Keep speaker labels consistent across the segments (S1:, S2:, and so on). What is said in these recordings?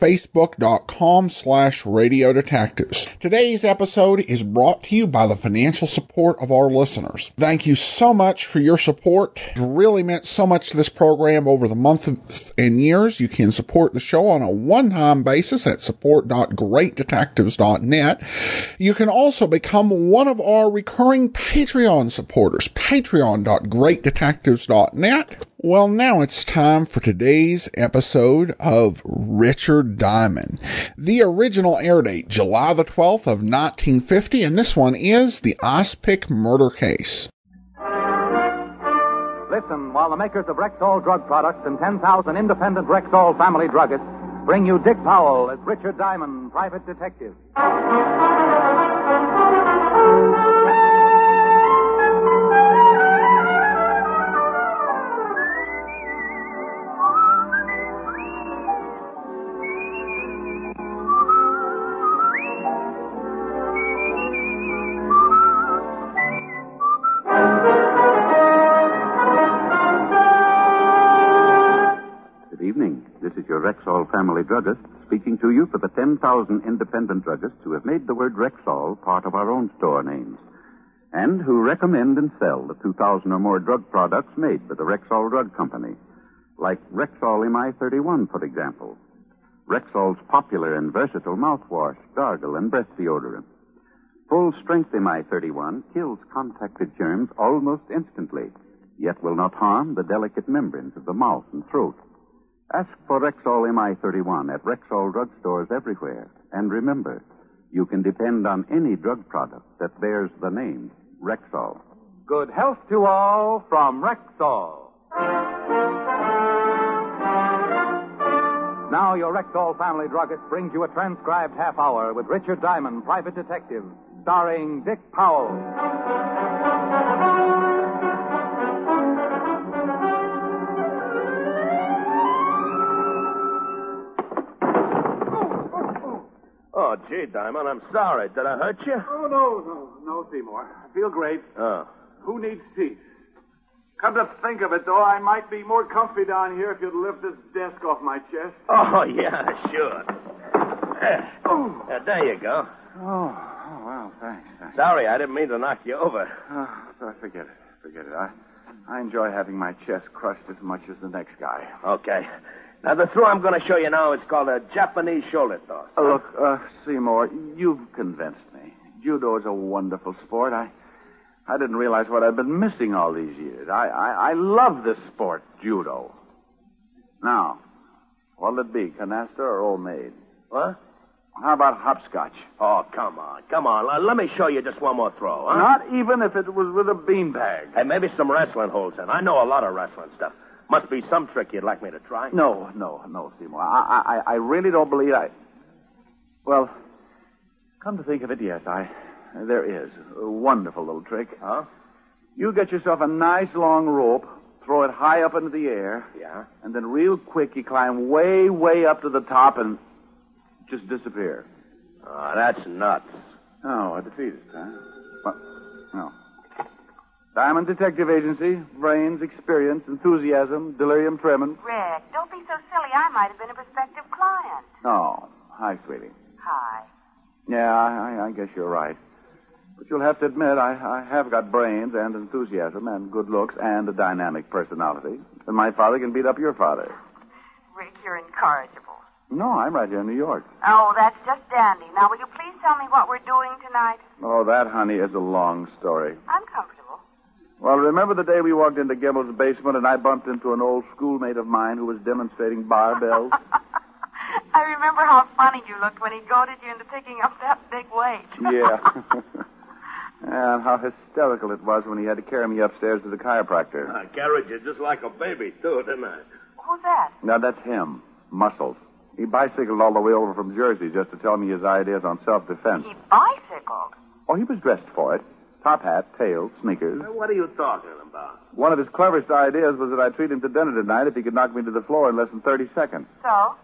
S1: facebook.com slash radio detectives. Today's episode is brought to you by the financial support of our listeners. Thank you so much for your support. It really meant so much to this program over the months and years. You can support the show on a one-time basis at support.greatdetectives.net. You can also become one of our recurring Patreon supporters, patreon.greatdetectives.net. Well, now it's time for today's episode of Richard Diamond. The original air date, July the 12th of 1950, and this one is the Ospic murder case.
S2: Listen while the makers of Rexall drug products and 10,000 independent Rexall family druggists bring you Dick Powell as Richard Diamond, private detective.
S3: Good evening. This is your Rexall family druggist speaking to you for the 10,000 independent druggists who have made the word Rexall part of our own store names and who recommend and sell the 2,000 or more drug products made by the Rexall Drug Company, like Rexall MI31, for example, Rexall's popular and versatile mouthwash, gargle, and breath deodorant. Full strength MI31 kills contacted germs almost instantly, yet will not harm the delicate membranes of the mouth and throat. Ask for Rexall MI31 at Rexall drugstores everywhere. And remember, you can depend on any drug product that bears the name Rexall.
S2: Good health to all from Rexall. Now, your Rexall family druggist brings you a transcribed half hour with Richard Diamond, private detective, starring Dick Powell.
S4: Oh, gee, Diamond, I'm sorry. Did I hurt you?
S5: Oh, no, no, no, Seymour. I feel great.
S4: Oh.
S5: Who needs teeth? Come to think of it, though, I might be more comfy down here if you'd lift this desk off my chest.
S4: Oh, yeah, sure. There.
S5: Oh,
S4: Yeah, there you go.
S5: oh, oh well, thanks, thanks.
S4: Sorry, I didn't mean to knock you over.
S5: Oh, but forget it, forget it. I, I enjoy having my chest crushed as much as the next guy.
S4: Okay. Now, the throw I'm going to show you now is called a Japanese shoulder toss.
S5: Uh, look, uh, Seymour, you've convinced me. Judo is a wonderful sport. I, I didn't realize what I've been missing all these years. I, I, I love this sport, judo. Now, what'll it be, canasta or old maid?
S4: What?
S5: How about hopscotch?
S4: Oh, come on, come on. L- Let me show you just one more throw, huh?
S5: Not even if it was with a beanbag.
S4: Hey, maybe some wrestling holds in. I know a lot of wrestling stuff. Must be some trick you'd like me to try.
S5: No, no, no, Seymour. I, I, I really don't believe I. Well, come to think of it, yes, I. There is a wonderful little trick.
S4: Huh?
S5: You get yourself a nice long rope, throw it high up into the air,
S4: Yeah.
S5: and then real quick you climb way, way up to the top and just disappear.
S4: Oh, that's nuts.
S5: Oh, a defeatist, huh? What? No. Diamond Detective Agency, brains, experience, enthusiasm, delirium tremens.
S6: Rick, don't be so silly. I might have been a prospective client.
S5: Oh, hi, sweetie.
S6: Hi.
S5: Yeah, I, I, I guess you're right. But you'll have to admit, I, I have got brains and enthusiasm and good looks and a dynamic personality. And my father can beat up your father.
S6: Rick, you're incorrigible.
S5: No, I'm right here in New York.
S6: Oh, that's just dandy. Now, will you please tell me what we're doing tonight?
S5: Oh, that, honey, is a long story.
S6: I'm comfortable.
S5: Well, remember the day we walked into Gibble's basement and I bumped into an old schoolmate of mine who was demonstrating barbells?
S6: I remember how funny you looked when he goaded you into picking up that big weight.
S5: yeah. and how hysterical it was when he had to carry me upstairs to the chiropractor.
S4: I carried you just like a baby, too, didn't I?
S6: Who's that?
S5: Now, that's him, Muscles. He bicycled all the way over from Jersey just to tell me his ideas on self defense.
S6: He bicycled.
S5: Oh, he was dressed for it. Top hat, tail, sneakers.
S4: What are you talking about?
S5: One of his cleverest ideas was that I'd treat him to dinner tonight if he could knock me to the floor in less than 30 seconds.
S6: So?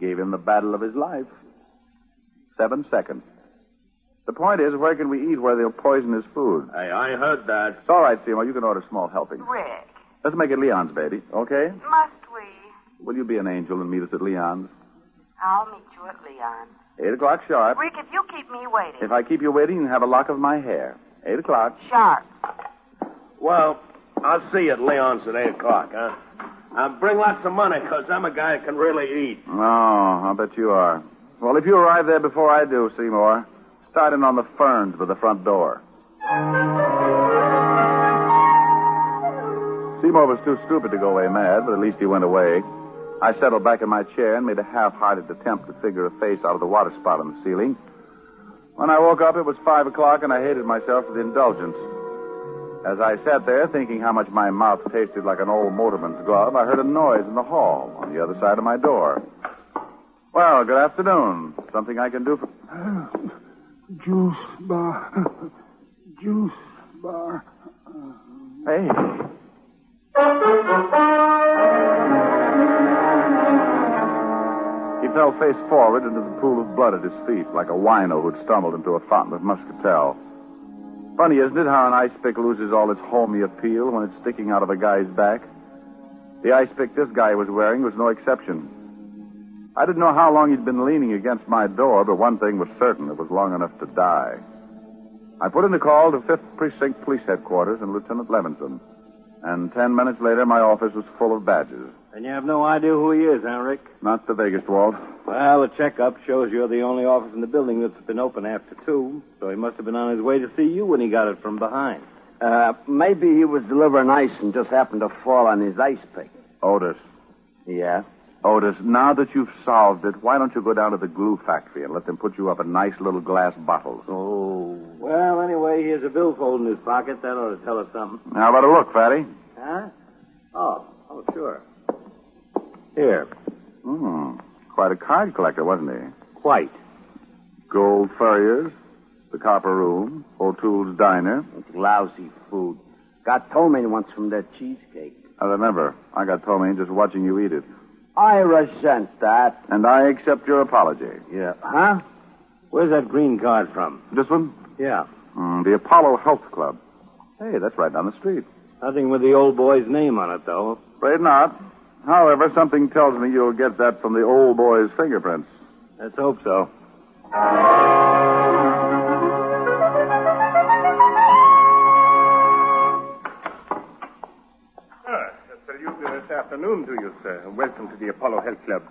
S5: Gave him the battle of his life. Seven seconds. The point is, where can we eat where they'll poison his food?
S4: Hey, I heard that.
S5: It's all right, Seymour. You can order small helping.
S6: Rick,
S5: Let's make it Leon's, baby. Okay?
S6: must we?
S5: Will you be an angel and meet us at Leon's?
S6: I'll meet you at Leon.
S5: Eight o'clock sharp.
S6: Rick, if you keep me waiting.
S5: If I keep you waiting, you can have a lock of my hair. Eight o'clock.
S6: Sharp.
S4: Well, I'll see you at Leon's at 8 o'clock, huh? Uh, bring lots of money, because I'm a guy that can really eat.
S5: No, I'll Oh, bet you are. Well, if you arrive there before I do, Seymour, start in on the ferns by the front door. Seymour was too stupid to go away mad, but at least he went away. I settled back in my chair and made a half-hearted attempt to figure a face out of the water spout on the ceiling. When I woke up, it was five o'clock, and I hated myself for the indulgence. As I sat there thinking how much my mouth tasted like an old motorman's glove, I heard a noise in the hall on the other side of my door. Well, good afternoon. Something I can do for.
S7: Juice bar. Juice bar.
S5: Hey. He fell face forward into the pool of blood at his feet, like a wino who'd stumbled into a fountain of muscatel. Funny, isn't it, how an ice pick loses all its homey appeal when it's sticking out of a guy's back? The ice pick this guy was wearing was no exception. I didn't know how long he'd been leaning against my door, but one thing was certain it was long enough to die. I put in a call to 5th Precinct Police Headquarters and Lieutenant Levinson, and ten minutes later my office was full of badges.
S8: And you have no idea who he is, huh, Rick?
S5: Not the biggest, Walt.
S8: Well, a checkup shows you're the only office in the building that's been open after two, so he must have been on his way to see you when he got it from behind.
S9: Uh, maybe he was delivering ice and just happened to fall on his ice pick.
S5: Otis.
S9: Yeah?
S5: Otis, now that you've solved it, why don't you go down to the glue factory and let them put you up in nice little glass bottles?
S8: Oh. Well, anyway, he has a billfold in his pocket. That ought to tell us something.
S5: How about a look, Fatty?
S8: Huh? Oh, oh, sure. Here.
S5: Hmm. Quite a card collector, wasn't he?
S8: Quite.
S5: Gold Furriers, the Copper Room, O'Toole's Diner.
S9: It's lousy food. Got Tolman once from that cheesecake.
S5: I remember. I got told me just watching you eat it.
S9: I resent that.
S5: And I accept your apology.
S8: Yeah. Huh? Where's that green card from?
S5: This one?
S8: Yeah.
S5: Mm, the Apollo Health Club. Hey, that's right down the street.
S8: Nothing with the old boy's name on it, though.
S5: Afraid not. However, something tells me you'll get that from the old boy's fingerprints.
S8: Let's hope so.
S10: Ah, a salute this afternoon to you, sir. and Welcome to the Apollo Health Club.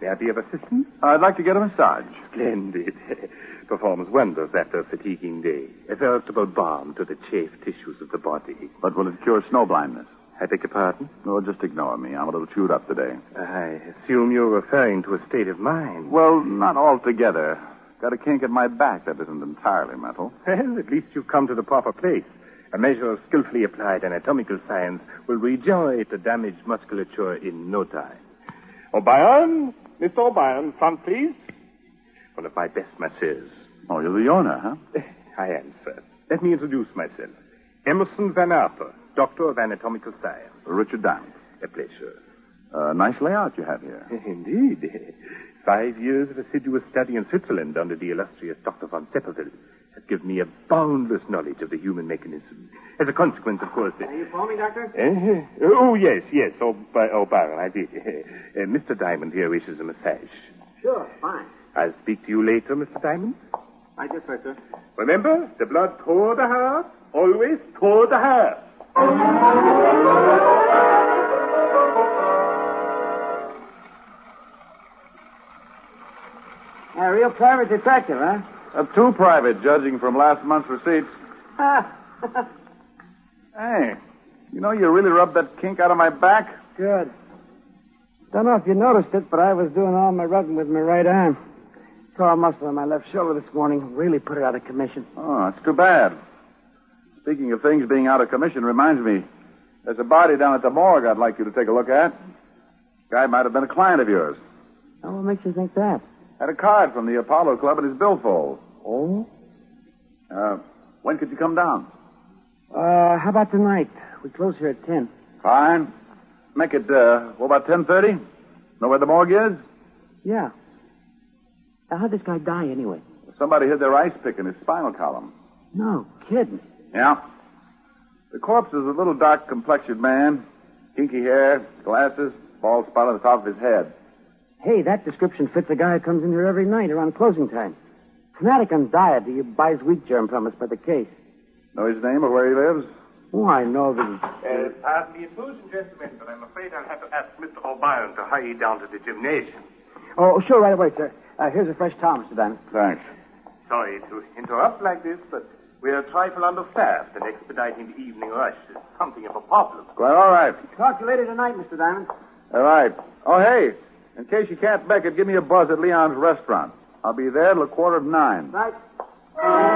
S10: May I be of assistance?
S5: I'd like to get a massage.
S10: Splendid. Performs wonders after a fatiguing day. A veritable balm to the chafed tissues of the body.
S5: But will it cure snow blindness?
S10: I beg your pardon?
S5: No, just ignore me. I'm a little chewed up today.
S10: I assume you're referring to a state of mind.
S5: Well, not altogether. Got a kink in my back that isn't entirely mental.
S10: Well, at least you've come to the proper place. A measure of skillfully applied anatomical science will regenerate the damaged musculature in no time. O'Brien, Mr. O'Brien, front please. One of my best masseurs.
S5: Oh, you're the owner, huh?
S10: I am, sir. Uh, Let me introduce myself. Emerson Van Arthur, Doctor of Anatomical Science.
S5: Richard Diamond.
S10: A pleasure.
S5: Uh, nice layout you have here.
S10: Indeed. Five years of assiduous study in Switzerland under the illustrious Dr. von Zeppelville has given me a boundless knowledge of the human mechanism. As a consequence, of course...
S8: Are you calling me, Doctor?
S10: Eh? oh, yes, yes. Oh, by, oh Byron, I did. Uh, Mr. Diamond here wishes a massage.
S8: Sure, fine.
S10: I'll speak to you later, Mr. Diamond.
S8: I just right, sir.
S10: Remember, the blood toward the heart, always toward the heart.
S8: A real private detective, huh?
S5: Uh, too private, judging from last month's receipts. hey, you know you really rubbed that kink out of my back?
S7: Good. Don't know if you noticed it, but I was doing all my rubbing with my right arm. Tore a muscle in my left shoulder this morning. Really put it out of commission.
S5: Oh, that's too bad. Speaking of things being out of commission, reminds me, there's a body down at the morgue I'd like you to take a look at. Guy might have been a client of yours.
S7: Now, Oh, what makes you think that? Uh,
S5: Had a card from the Apollo Club in his billfold.
S7: Oh?
S5: Uh, When could you come down?
S7: Uh, how about tonight? We close here at 10.
S5: Fine. Make it, uh, what about 10.30? Know where the morgue is?
S7: Yeah. Now, how'd this guy die anyway?
S5: Somebody hid their ice pick in his spinal column.
S7: No kidding.
S5: Yeah. The corpse is a little dark complexioned man. Kinky hair, glasses, bald spot on the top of his head.
S7: Hey, that description fits a guy who comes in here every night around closing time. Fanatic on diet who buys wheat germ from us by the case.
S5: Know his name or where he lives?
S7: Oh, I know that
S10: Uh, pardon the intrusion, gentlemen, but I'm afraid I'll have to ask Mr. O'Brien to hurry down to the gymnasium.
S7: Oh, sure, right away, sir. Uh, here's a fresh towel, Mr. Diamond.
S5: Thanks.
S10: Sorry to interrupt like this, but we're a trifle understaffed and expediting the evening rush is something of a problem.
S5: Well, all right.
S7: Talk to you later tonight, Mr. Diamond.
S5: All right. Oh, hey, in case you can't make it, give me a buzz at Leon's restaurant. I'll be there till a quarter of nine.
S7: Right.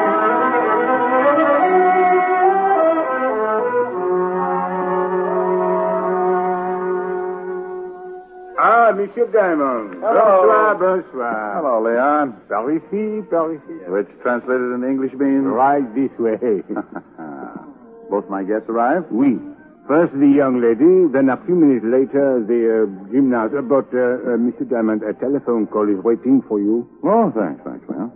S11: Ah, Monsieur Diamond.
S5: Hello.
S11: Bonsoir, bonsoir.
S5: Hello, Leon.
S11: Par ici, par ici.
S5: Which translated in English means?
S11: Right this way.
S5: Both my guests arrived?
S11: oui. First the young lady, then a few minutes later the uh, gymnast. Uh, But, uh, uh, Mr. Diamond, a telephone call is waiting for you.
S5: Oh, thanks, thanks, Leon.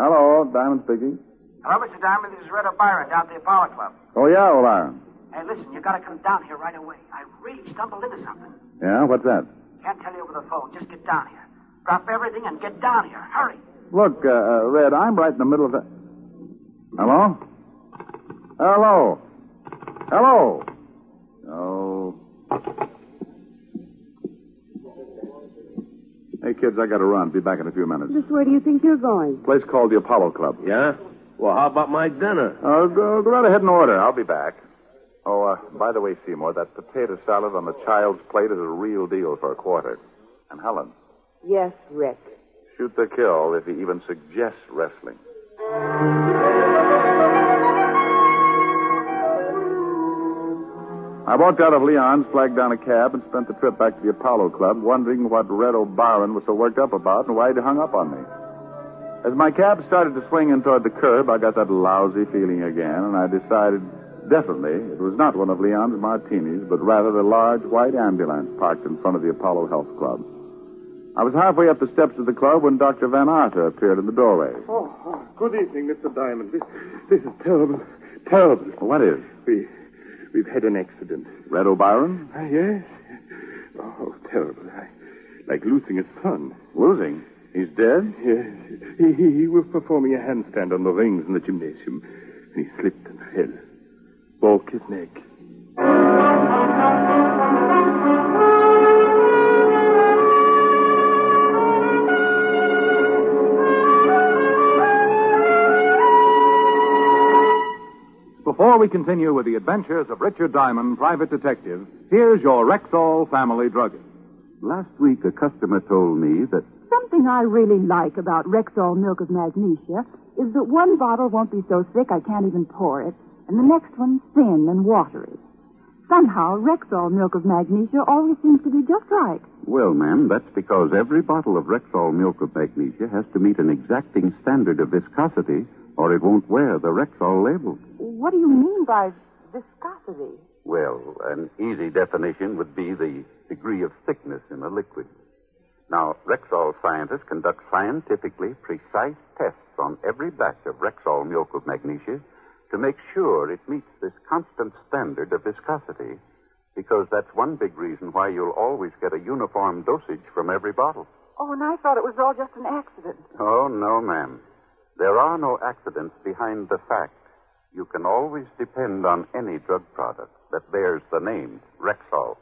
S5: Hello, Diamond speaking.
S7: Hello, Mr. Diamond. This is Red Byron down at the Apollo Club.
S5: Oh, yeah, old iron.
S7: Hey, listen, you gotta come down here right away. I really stumbled into something.
S5: Yeah, what's that?
S7: Can't tell you over the phone. Just get down here. Drop everything and get down here. Hurry.
S5: Look, uh, uh, Red, I'm right in the middle of the. Hello? Hello? Hello? Oh. Hey, kids, I gotta run. Be back in a few minutes.
S12: Just where do you think you're going?
S5: Place called the Apollo Club.
S4: Yeah? Well, how about my dinner?
S5: Uh, go, go right ahead and order. I'll be back. Oh, uh, by the way, Seymour, that potato salad on the child's plate is a real deal for a quarter. And Helen,
S12: Yes, Rick.
S5: shoot the kill if he even suggests wrestling. I walked out of Leon's, flagged down a cab, and spent the trip back to the Apollo Club, wondering what Red O'Byron was so worked up about and why he'd hung up on me. As my cab started to swing in toward the curb, I got that lousy feeling again, and I decided definitely it was not one of Leon's martinis, but rather the large white ambulance parked in front of the Apollo Health Club. I was halfway up the steps of the club when Dr. Van Arter appeared in the doorway.
S11: Oh, oh, good evening, Mr. Diamond. This, this is terrible, terrible.
S5: What is?
S11: We, we've had an accident.
S5: Red O'Byron?
S11: Ah, yes. Oh, terrible. I, like losing a son.
S5: Losing? He's dead?
S11: Yes. He, he, he was performing a handstand on the rings in the gymnasium, and he slipped and fell. Broke his neck.
S13: Before we continue with the adventures of Richard Diamond, private detective, here's your Rexall family druggist.
S3: Last week, a customer told me that
S12: Something I really like about Rexall milk of magnesia is that one bottle won't be so thick I can't even pour it, and the next one's thin and watery. Somehow, Rexall milk of magnesia always seems to be just right.
S3: Well, ma'am, that's because every bottle of Rexall milk of magnesia has to meet an exacting standard of viscosity, or it won't wear the Rexall label.
S12: What do you mean by viscosity?
S3: Well, an easy definition would be the degree of thickness in a liquid. Now, Rexall scientists conduct scientifically precise tests on every batch of Rexall milk of magnesia to make sure it meets this constant standard of viscosity, because that's one big reason why you'll always get a uniform dosage from every bottle.
S12: Oh, and I thought it was all just an accident.
S3: Oh, no, ma'am. There are no accidents behind the fact. You can always depend on any drug product that bears the name Rexall.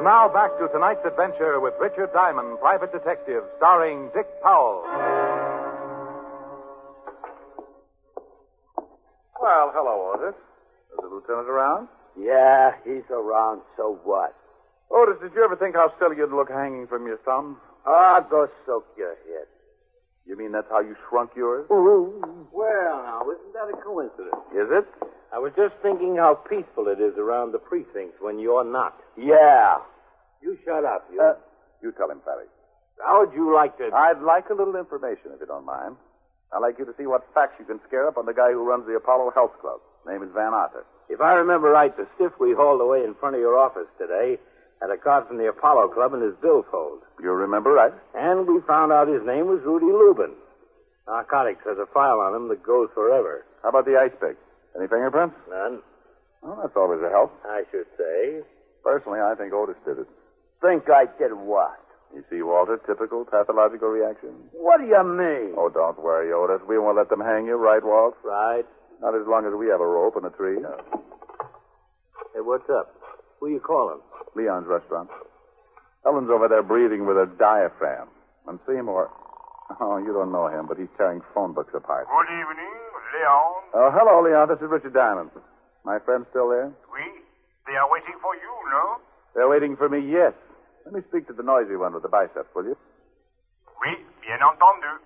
S13: And now back to tonight's adventure with Richard Diamond, private detective, starring Dick Powell.
S5: Well, hello, Otis. Is the lieutenant around?
S9: Yeah, he's around, so what?
S5: Otis, did you ever think how silly you'd look hanging from your thumb?
S9: Ah, go soak your head.
S5: You mean that's how you shrunk yours?
S8: Well, now, isn't that a coincidence?
S5: Is it?
S8: I was just thinking how peaceful it is around the precinct when you're not.
S9: Yeah.
S8: You shut up. You.
S5: You tell him, Patty.
S14: How would Uh, you like to.
S5: I'd like a little information, if you don't mind. I'd like you to see what facts you can scare up on the guy who runs the Apollo Health Club. Name is Van Otter.
S14: If I remember right, the stiff we hauled away in front of your office today had a card from the Apollo Club in his billfold.
S5: You remember right?
S14: And we found out his name was Rudy Lubin. Narcotics has a file on him that goes forever.
S5: How about the ice pick? Any fingerprints?
S14: None,
S5: Well, that's always a help.
S14: I should say.
S5: Personally, I think Otis did it.
S9: Think I did what?
S5: You see, Walter, typical pathological reaction.
S9: What do you mean?
S5: Oh, don't worry, Otis. We won't let them hang you, right, Walt?
S14: Right.
S5: Not as long as we have a rope and a tree.
S14: Hey, what's up? Who you calling?
S5: Leon's restaurant. Ellen's over there breathing with her diaphragm. And Seymour. Oh, you don't know him, but he's tearing phone books apart.
S15: Good evening, Leon.
S5: Oh, hello, Leon. This is Richard Diamond. My friend's still there?
S15: We, they are waiting for you, no?
S5: They're waiting for me, yes. Let me speak to the noisy one with the biceps, will you?
S15: Oui, bien entendu.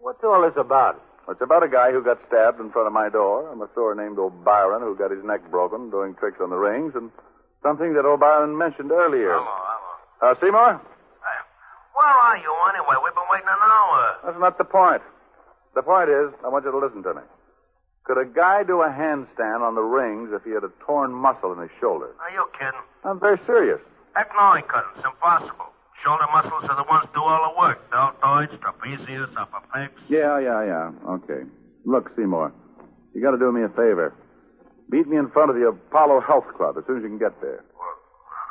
S5: What's all this about? It's about a guy who got stabbed in front of my door, a masseur named O'Byron who got his neck broken doing tricks on the rings, and something that O'Byron mentioned earlier.
S15: Hello, hello.
S5: Uh, Seymour?
S15: Where are you anyway? We've been waiting an hour.
S5: That's not the point. The point is, I want you to listen to me. Could a guy do a handstand on the rings if he had a torn muscle in his shoulder?
S15: Are you kidding?
S5: I'm very serious.
S15: Heck no, I couldn't. It's impossible. Shoulder muscles are the ones do all the work. Deltoids, trapezius, upper pecs.
S5: Yeah, yeah, yeah. Okay. Look, Seymour, you got to do me a favor. Meet me in front of the Apollo Health Club as soon as you can get there.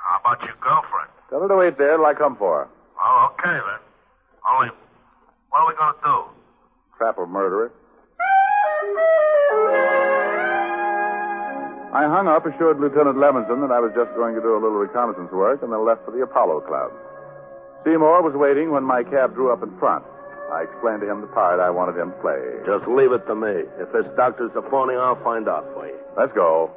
S15: How about your girlfriend?
S5: Tell her to wait there till I come for her.
S15: Oh, okay then. Only, what are we going to do?
S5: Trap or murderer. I hung up, assured Lieutenant Levinson that I was just going to do a little reconnaissance work, and then left for the Apollo Club. Seymour was waiting when my cab drew up in front. I explained to him the part I wanted him to play.
S14: Just leave it to me. If this doctor's a phony, I'll find out for you.
S5: Let's go.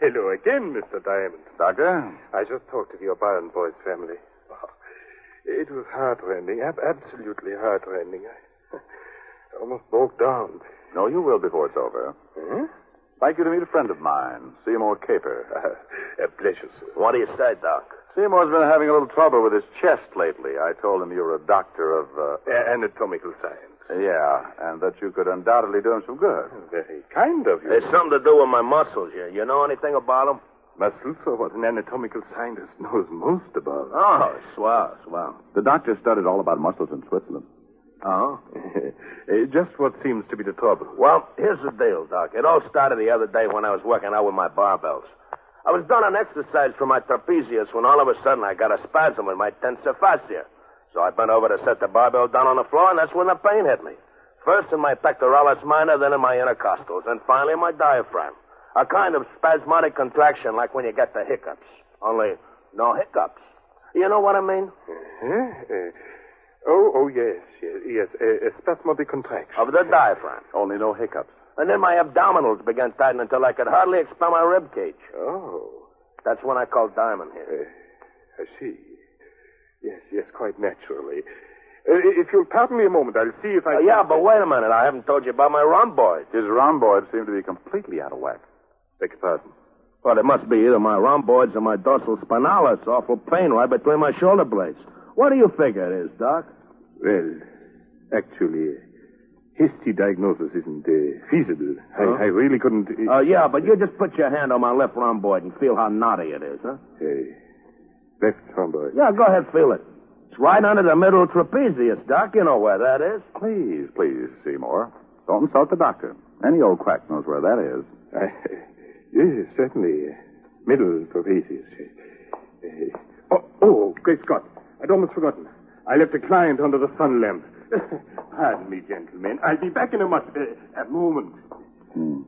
S10: Hello again, Mr. Diamond.
S5: Doctor?
S10: I just talked to the O'Brien boys' family. Oh, it was heartrending, ab- absolutely heartrending. I I almost broke down.
S5: No, you will before it's over.
S10: Hmm?
S5: Like you to meet a friend of mine, Seymour Caper.
S10: A pleasure, sir.
S14: What do you say, Doc?
S5: Seymour's been having a little trouble with his chest lately. I told him you were a doctor of, uh,
S10: A- anatomical science. Oh,
S5: yeah, and that you could undoubtedly do him some good.
S10: Very kind of you.
S14: There's something to do with my muscles. You, you know anything about them?
S10: Muscles are what an anatomical scientist knows most about.
S14: Oh, swell, swell.
S5: The doctor studied all about muscles in Switzerland.
S14: Oh?
S10: Uh, Just what seems to be the trouble.
S14: Well, here's the deal, Doc. It all started the other day when I was working out with my barbells. I was doing an exercise for my trapezius when all of a sudden I got a spasm in my tensor fascia. So I bent over to set the barbell down on the floor, and that's when the pain hit me. First in my pectoralis minor, then in my intercostals, and finally in my diaphragm. A kind of spasmodic contraction like when you get the hiccups. Only, no hiccups. You know what I mean?
S10: Huh? Uh, oh, oh, yes, yes, yes. A, a spasmodic contraction.
S14: Of the diaphragm.
S5: Only no hiccups.
S14: And then my abdominals began tightening until I could hardly expand my rib cage.
S10: Oh, Eh,
S14: That's when I called Diamond here.
S10: I see. Yes, yes, quite naturally. Uh, i- if you'll pardon me a moment, I'll see if I.
S14: Uh,
S10: can-
S14: yeah, but wait a minute. I haven't told you about my rhomboid.
S5: His rhomboids seem to be completely out of whack.
S10: Beg your pardon.
S14: Well, it must be either my rhomboids or my dorsal spinalis. Awful pain right between my shoulder blades. What do you figure it is, Doc?
S10: Well, actually, hasty diagnosis isn't uh, feasible.
S14: Huh?
S10: I, I really couldn't.
S14: Uh, yeah, but you just put your hand on my left rhomboid and feel how naughty it is, huh?
S10: Uh, left rhomboid.
S14: Yeah, go ahead, feel it. It's right under the middle trapezius, Doc. You know where that is.
S5: Please, please, Seymour. Don't insult the doctor. Any old quack knows where that is.
S10: I, yes, certainly. uh, Middle trapezius. Uh, oh, oh, great Scott. I'd almost forgotten. I left a client under the sun lamp. Pardon me, gentlemen. I'll be back in a, mut- uh, a moment.
S5: Hmm.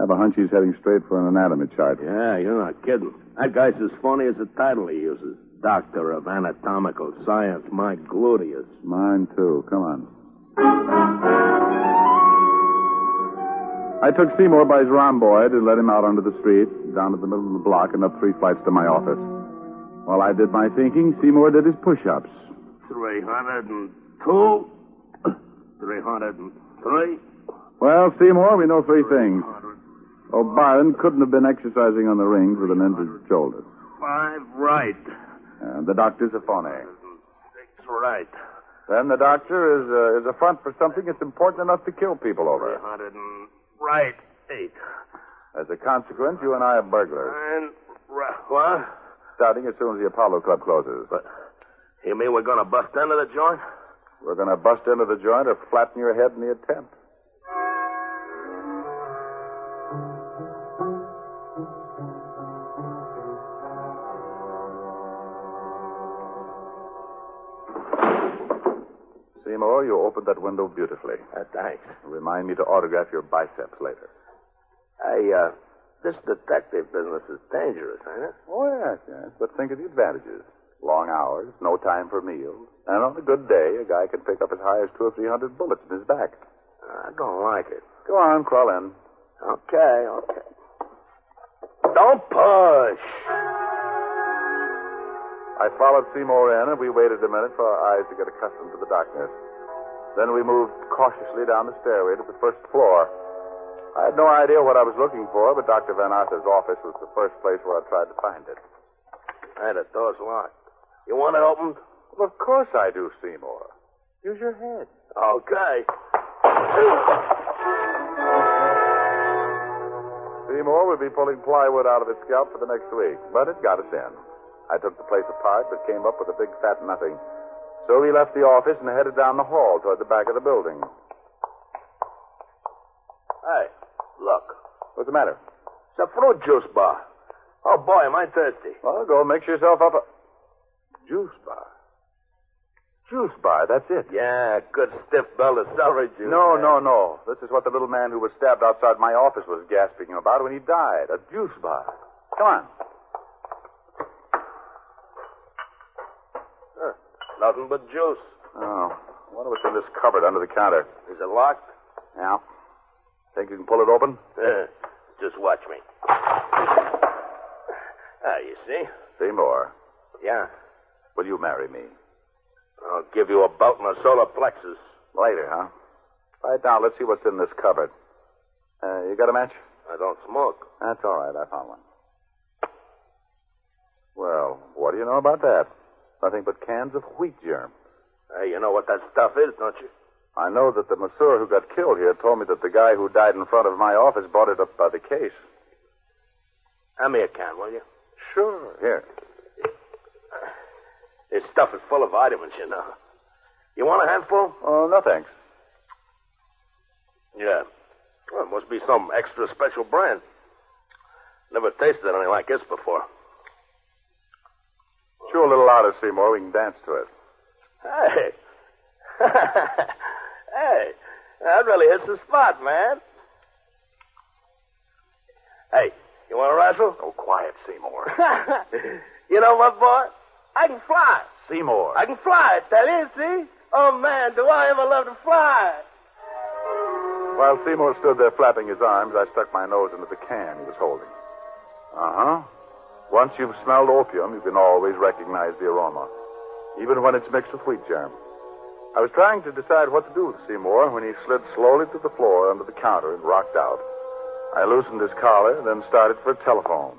S5: Have a hunch he's heading straight for an anatomy chart.
S14: Yeah, you're not kidding. That guy's as phony as the title he uses. Doctor of Anatomical Science, my gluteus.
S5: Mine too. Come on. I took Seymour by his rhomboid and led him out onto the street, down to the middle of the block, and up three flights to my office. While I did my thinking, Seymour did his push-ups.
S14: 302, 303.
S5: Well, Seymour, we know Oh, three things. O'Brien couldn't have been exercising on the rings with an injured shoulder.
S4: Five right.
S5: Uh, the doctor's a phony.
S4: Six right.
S5: Then the doctor is a, is a front for something that's important enough to kill people over.
S4: 300 and right. Eight.
S5: As a consequence, you and I are burglars,
S4: Nine. Right. What?
S5: starting as soon as the Apollo Club closes. But
S4: You mean we're going to bust into the joint?
S5: we're going to bust into the joint or flatten your head in the attempt. Seymour, you opened that window beautifully.
S4: Uh, thanks.
S5: Remind me to autograph your biceps later.
S4: Hey, uh, this detective business is dangerous, ain't it?
S5: Oh, yes, yes. But think of the advantages. Long hours, no time for meals, and on a good day, a guy can pick up as high as two or three hundred bullets in his back.
S4: I don't like it.
S5: Go on, crawl in.
S4: Okay, okay. Don't push.
S5: I followed Seymour in, and we waited a minute for our eyes to get accustomed to the darkness. Then we moved cautiously down the stairway to the first floor. I had no idea what I was looking for, but Dr. Van Arthur's office was the first place where I tried to find it.
S4: Hey, the door's locked. You want it opened?
S5: Well, of course I do, Seymour. Use your head.
S4: Okay.
S5: Seymour would be pulling plywood out of his scalp for the next week, but it got us in. I took the place apart, but came up with a big fat nothing. So we left the office and headed down the hall toward the back of the building.
S4: Hey, look.
S5: What's the matter?
S4: It's a fruit juice bar. Oh, boy, am I thirsty.
S5: Well, go mix yourself up a. Juice bar. Juice bar, that's it.
S4: Yeah, good stiff belt of celery juice.
S5: No,
S4: man.
S5: no, no. This is what the little man who was stabbed outside my office was gasping about when he died. A juice bar. Come on.
S4: Huh, nothing but juice.
S5: Oh, I wonder what's in this cupboard under the counter.
S4: Is it locked?
S5: Now, think you can pull it open?
S4: Eh, Just watch me. Ah, you see?
S5: Seymour,
S4: Yeah.
S5: will you marry me?
S4: I'll give you a belt and a solar plexus.
S5: Later, huh? Right now, let's see what's in this cupboard. Uh, you got a match?
S4: I don't smoke.
S5: That's all right. I found one. Well, what do you know about that? Nothing but cans of wheat germ.
S4: Hey, you know what that stuff is, don't you?
S5: I know that the masseur who got killed here told me that the guy who died in front of my office bought it up by the case.
S4: Hand me a can, will you?
S5: Sure. Here.
S4: This stuff is full of vitamins, you know. You want a handful?
S5: Oh, no thanks.
S4: Yeah. Well, it must be some extra special brand. Never tasted anything like this before.
S5: Chew a little louder, Seymour. We can dance to it.
S4: Hey. hey. That really hits the spot, man. Hey, you want to wrestle?
S5: Oh, quiet, Seymour.
S4: you know what, boy? I can fly.
S5: Seymour.
S4: I can fly, I tell you, see? Oh, man, do I ever love to fly.
S5: While Seymour stood there flapping his arms, I stuck my nose into the can he was holding. Uh huh. Once you've smelled opium, you can always recognize the aroma, even when it's mixed with wheat germ. I was trying to decide what to do with Seymour when he slid slowly to the floor under the counter and rocked out. I loosened his collar, then started for a telephone.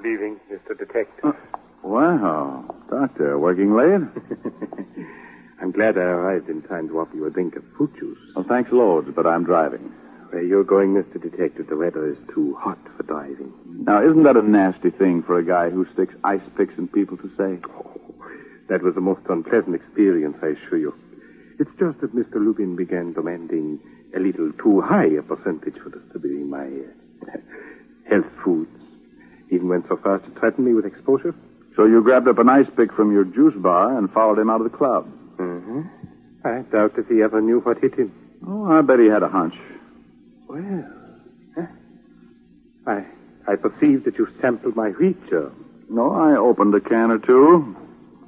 S10: Leaving, Mr. Detective.
S11: Wow. Doctor, working late?
S10: I'm glad I arrived in time to offer you a drink of fruit juice.
S11: well, thanks loads, but I'm driving.
S10: Where you're going, Mr. Detective, the weather is too hot for driving.
S11: Now, isn't that a nasty thing for a guy who sticks ice picks in people to say?
S10: Oh, That was a most unpleasant experience, I assure you. It's just that Mr. Lubin began demanding a little too high a percentage for distributing my uh, health foods. Even went so far as to threaten me with exposure.
S11: So you grabbed up an ice pick from your juice bar and followed him out of the club.
S10: Mm-hmm. I doubt if he ever knew what hit him.
S11: Oh, I bet he had a hunch.
S5: Oh,
S10: Well, huh? I I perceive that you sampled my wheat germ.
S11: No, I opened a can or two.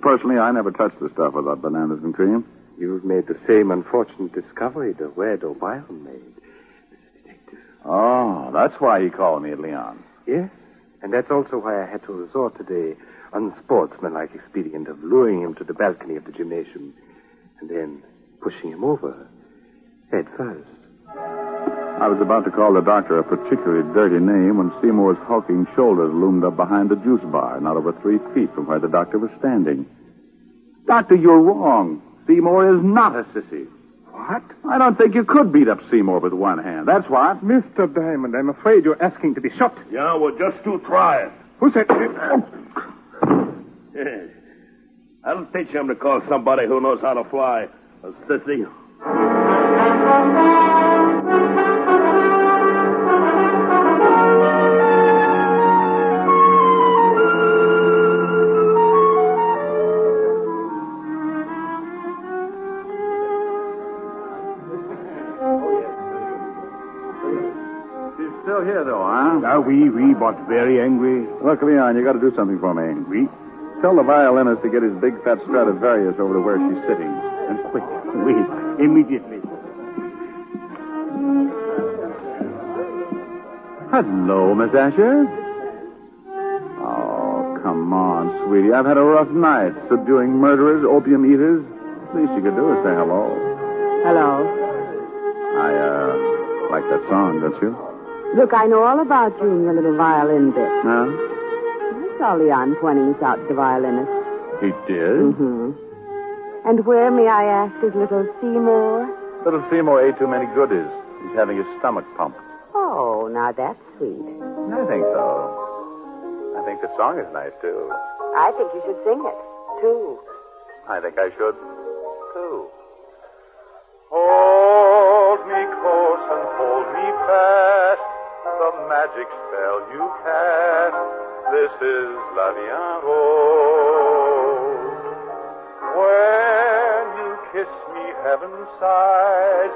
S11: Personally, I never touched the stuff without bananas and cream.
S10: You've made the same unfortunate discovery the weird O'Brien made.
S11: Oh, that's why he called me at Leon.
S10: Yes, and that's also why I had to resort to the unsportsmanlike expedient of luring him to the balcony of the gymnasium and then pushing him over head first.
S5: I was about to call the doctor a particularly dirty name when Seymour's hulking shoulders loomed up behind the juice bar, not over three feet from where the doctor was standing. Doctor, you're wrong. Seymour is not a sissy.
S10: What?
S5: I don't think you could beat up Seymour with one hand. That's what.
S10: Mr. Diamond, I'm afraid you're asking to be shot.
S14: Yeah, well, just to try it.
S10: Who said.
S14: Yeah. That'll teach him to call somebody who knows how to fly a sissy.
S15: Oh,
S5: She's still here, though, huh?
S16: Are we, we, but very angry?
S5: Well, come here, you got to do something for me.
S16: We?
S5: Tell the violinist to get his big fat Stradivarius over to where she's sitting.
S16: And quick, we, immediately.
S5: Hello, Miss Asher. Oh, come on, sweetie. I've had a rough night subduing murderers, opium eaters. Least you could do is say hello.
S6: Hello.
S5: I, uh, like that song, don't you?
S6: Look, I know all about you and your little violin bit.
S5: No?
S6: I saw Leon pointing this out to the violinist.
S5: He did?
S6: Mm-hmm. And where, may I ask, is little Seymour?
S5: Little Seymour ate too many goodies. He's having his stomach pumped.
S6: Oh, now that's sweet.
S5: I think so. I think the song is nice, too.
S6: I think you should sing it, too.
S5: I think I should, too.
S17: Hold me close and hold me fast, the magic spell you cast. This is La Vie Rose. When you kiss me, heaven sighs,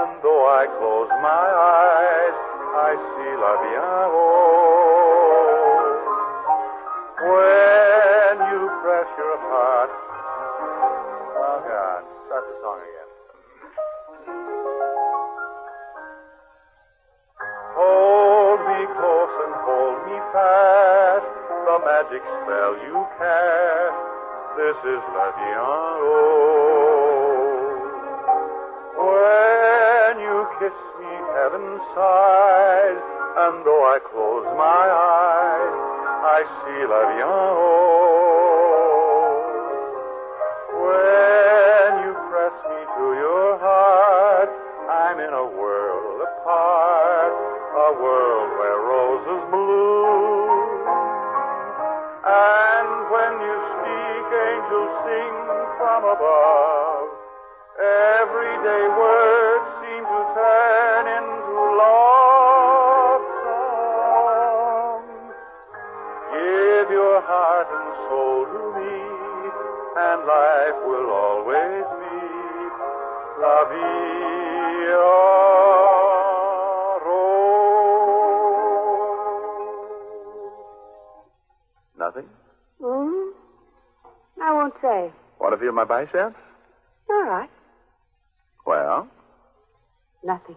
S17: and though I close my eyes, I see La Vie Rose. When you press your heart, oh God, start the song again. Hold me close and hold me fast, the magic spell you cast. This is La Dianne When you kiss me, heaven sighs, and though I close my eyes, I see La Dianne When you press me to your heart, I'm in a world apart, a world where roses bloom. And when you speak, angels sing from above. Everyday words seem to turn into love songs. Give your heart and soul to me, and life will always be la vie.
S3: Nothing?
S6: Hmm? I won't say.
S3: Want to feel my biceps?
S6: All right.
S3: Well,
S6: Nothing.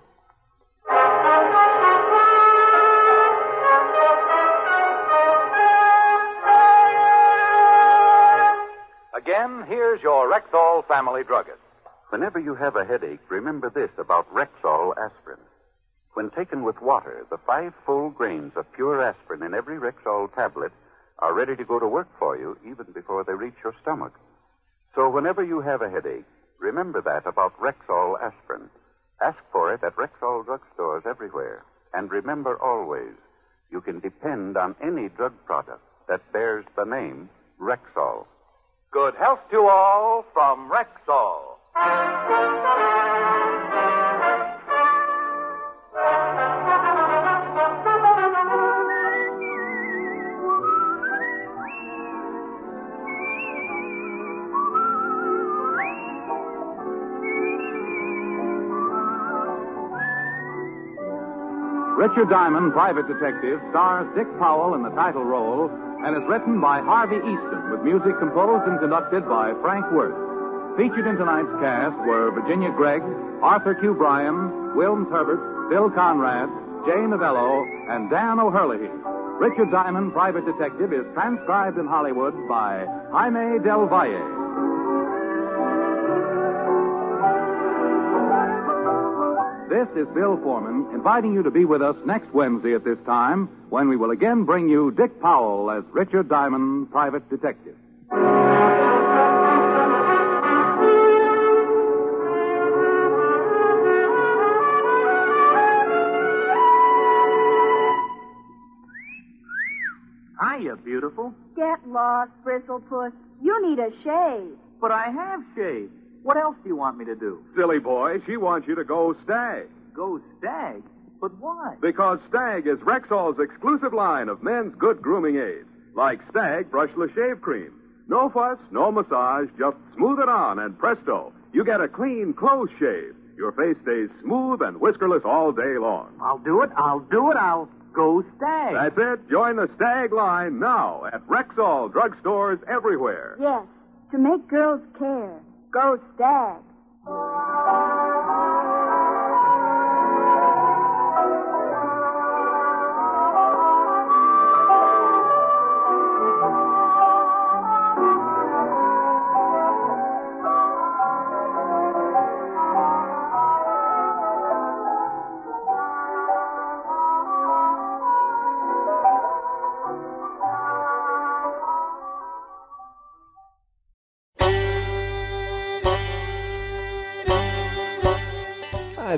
S18: Again, here's your Rexall family druggist.
S3: whenever you have a headache, remember this about Rexall aspirin. When taken with water, the five full grains of pure aspirin in every Rexall tablet are ready to go to work for you even before they reach your stomach. So whenever you have a headache, remember that about Rexall aspirin. Ask for it at Rexall drugstores everywhere. And remember always, you can depend on any drug product that bears the name Rexall.
S18: Good health to all from Rexall.
S4: Richard Diamond, Private Detective, stars Dick Powell in the title role and is written by Harvey Easton with music composed and conducted by Frank Worth. Featured in tonight's cast were Virginia Gregg, Arthur Q. Bryan, Wilms Herbert, Bill Conrad, Jay Novello, and Dan O'Herlihy. Richard Diamond, Private Detective, is transcribed in Hollywood by Jaime Del Valle. This
S5: This is Bill Foreman inviting you to be with us next Wednesday at this time when we will again bring you Dick Powell as Richard Diamond, private detective.
S4: Hiya, beautiful.
S19: Get lost, Bristlepuss. You need a shave.
S4: But I have shaved. What else do you want me to do?
S5: Silly boy, she wants you to go stag.
S4: Go stag? But why?
S5: Because Stag is Rexall's exclusive line of men's good grooming aids, like Stag Brushless Shave Cream. No fuss, no massage, just smooth it on, and presto, you get a clean, close shave. Your face stays smooth and whiskerless all day long.
S4: I'll do it. I'll do it. I'll go stag.
S5: That's it. Join the Stag line now at Rexall drugstores everywhere.
S19: Yes, to make girls care. Go stag.
S20: Hi,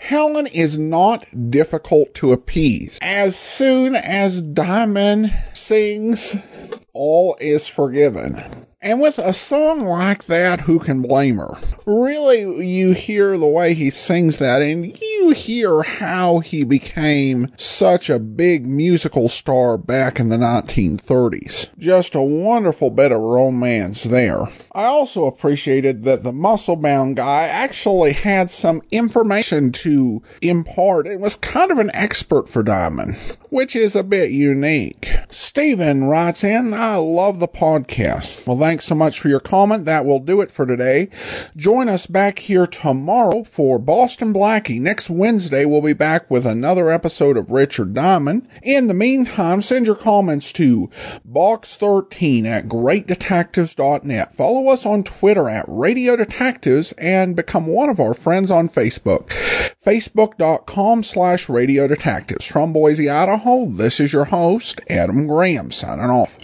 S1: Helen is not difficult to appease. As soon as Diamond sings, all is forgiven. And with a song like that, who can blame her? Really, you hear the way he sings that, and you hear how he became such a big musical star back in the 1930s. Just a wonderful bit of romance there. I also appreciated that the muscle bound guy actually had some information to impart and was kind of an expert for Diamond, which is a bit unique. Steven writes in, I love the podcast. Well, thanks so much for your comment. That will do it for today. Join us back here tomorrow for Boston Blackie. Next Wednesday, we'll be back with another episode of Richard Diamond. In the meantime, send your comments to box13 at greatdetectives.net. Follow us on Twitter at Radio Detectives and become one of our friends on Facebook. Facebook.com slash Radio Detectives. From Boise, Idaho, this is your host, Adam Graham, signing off.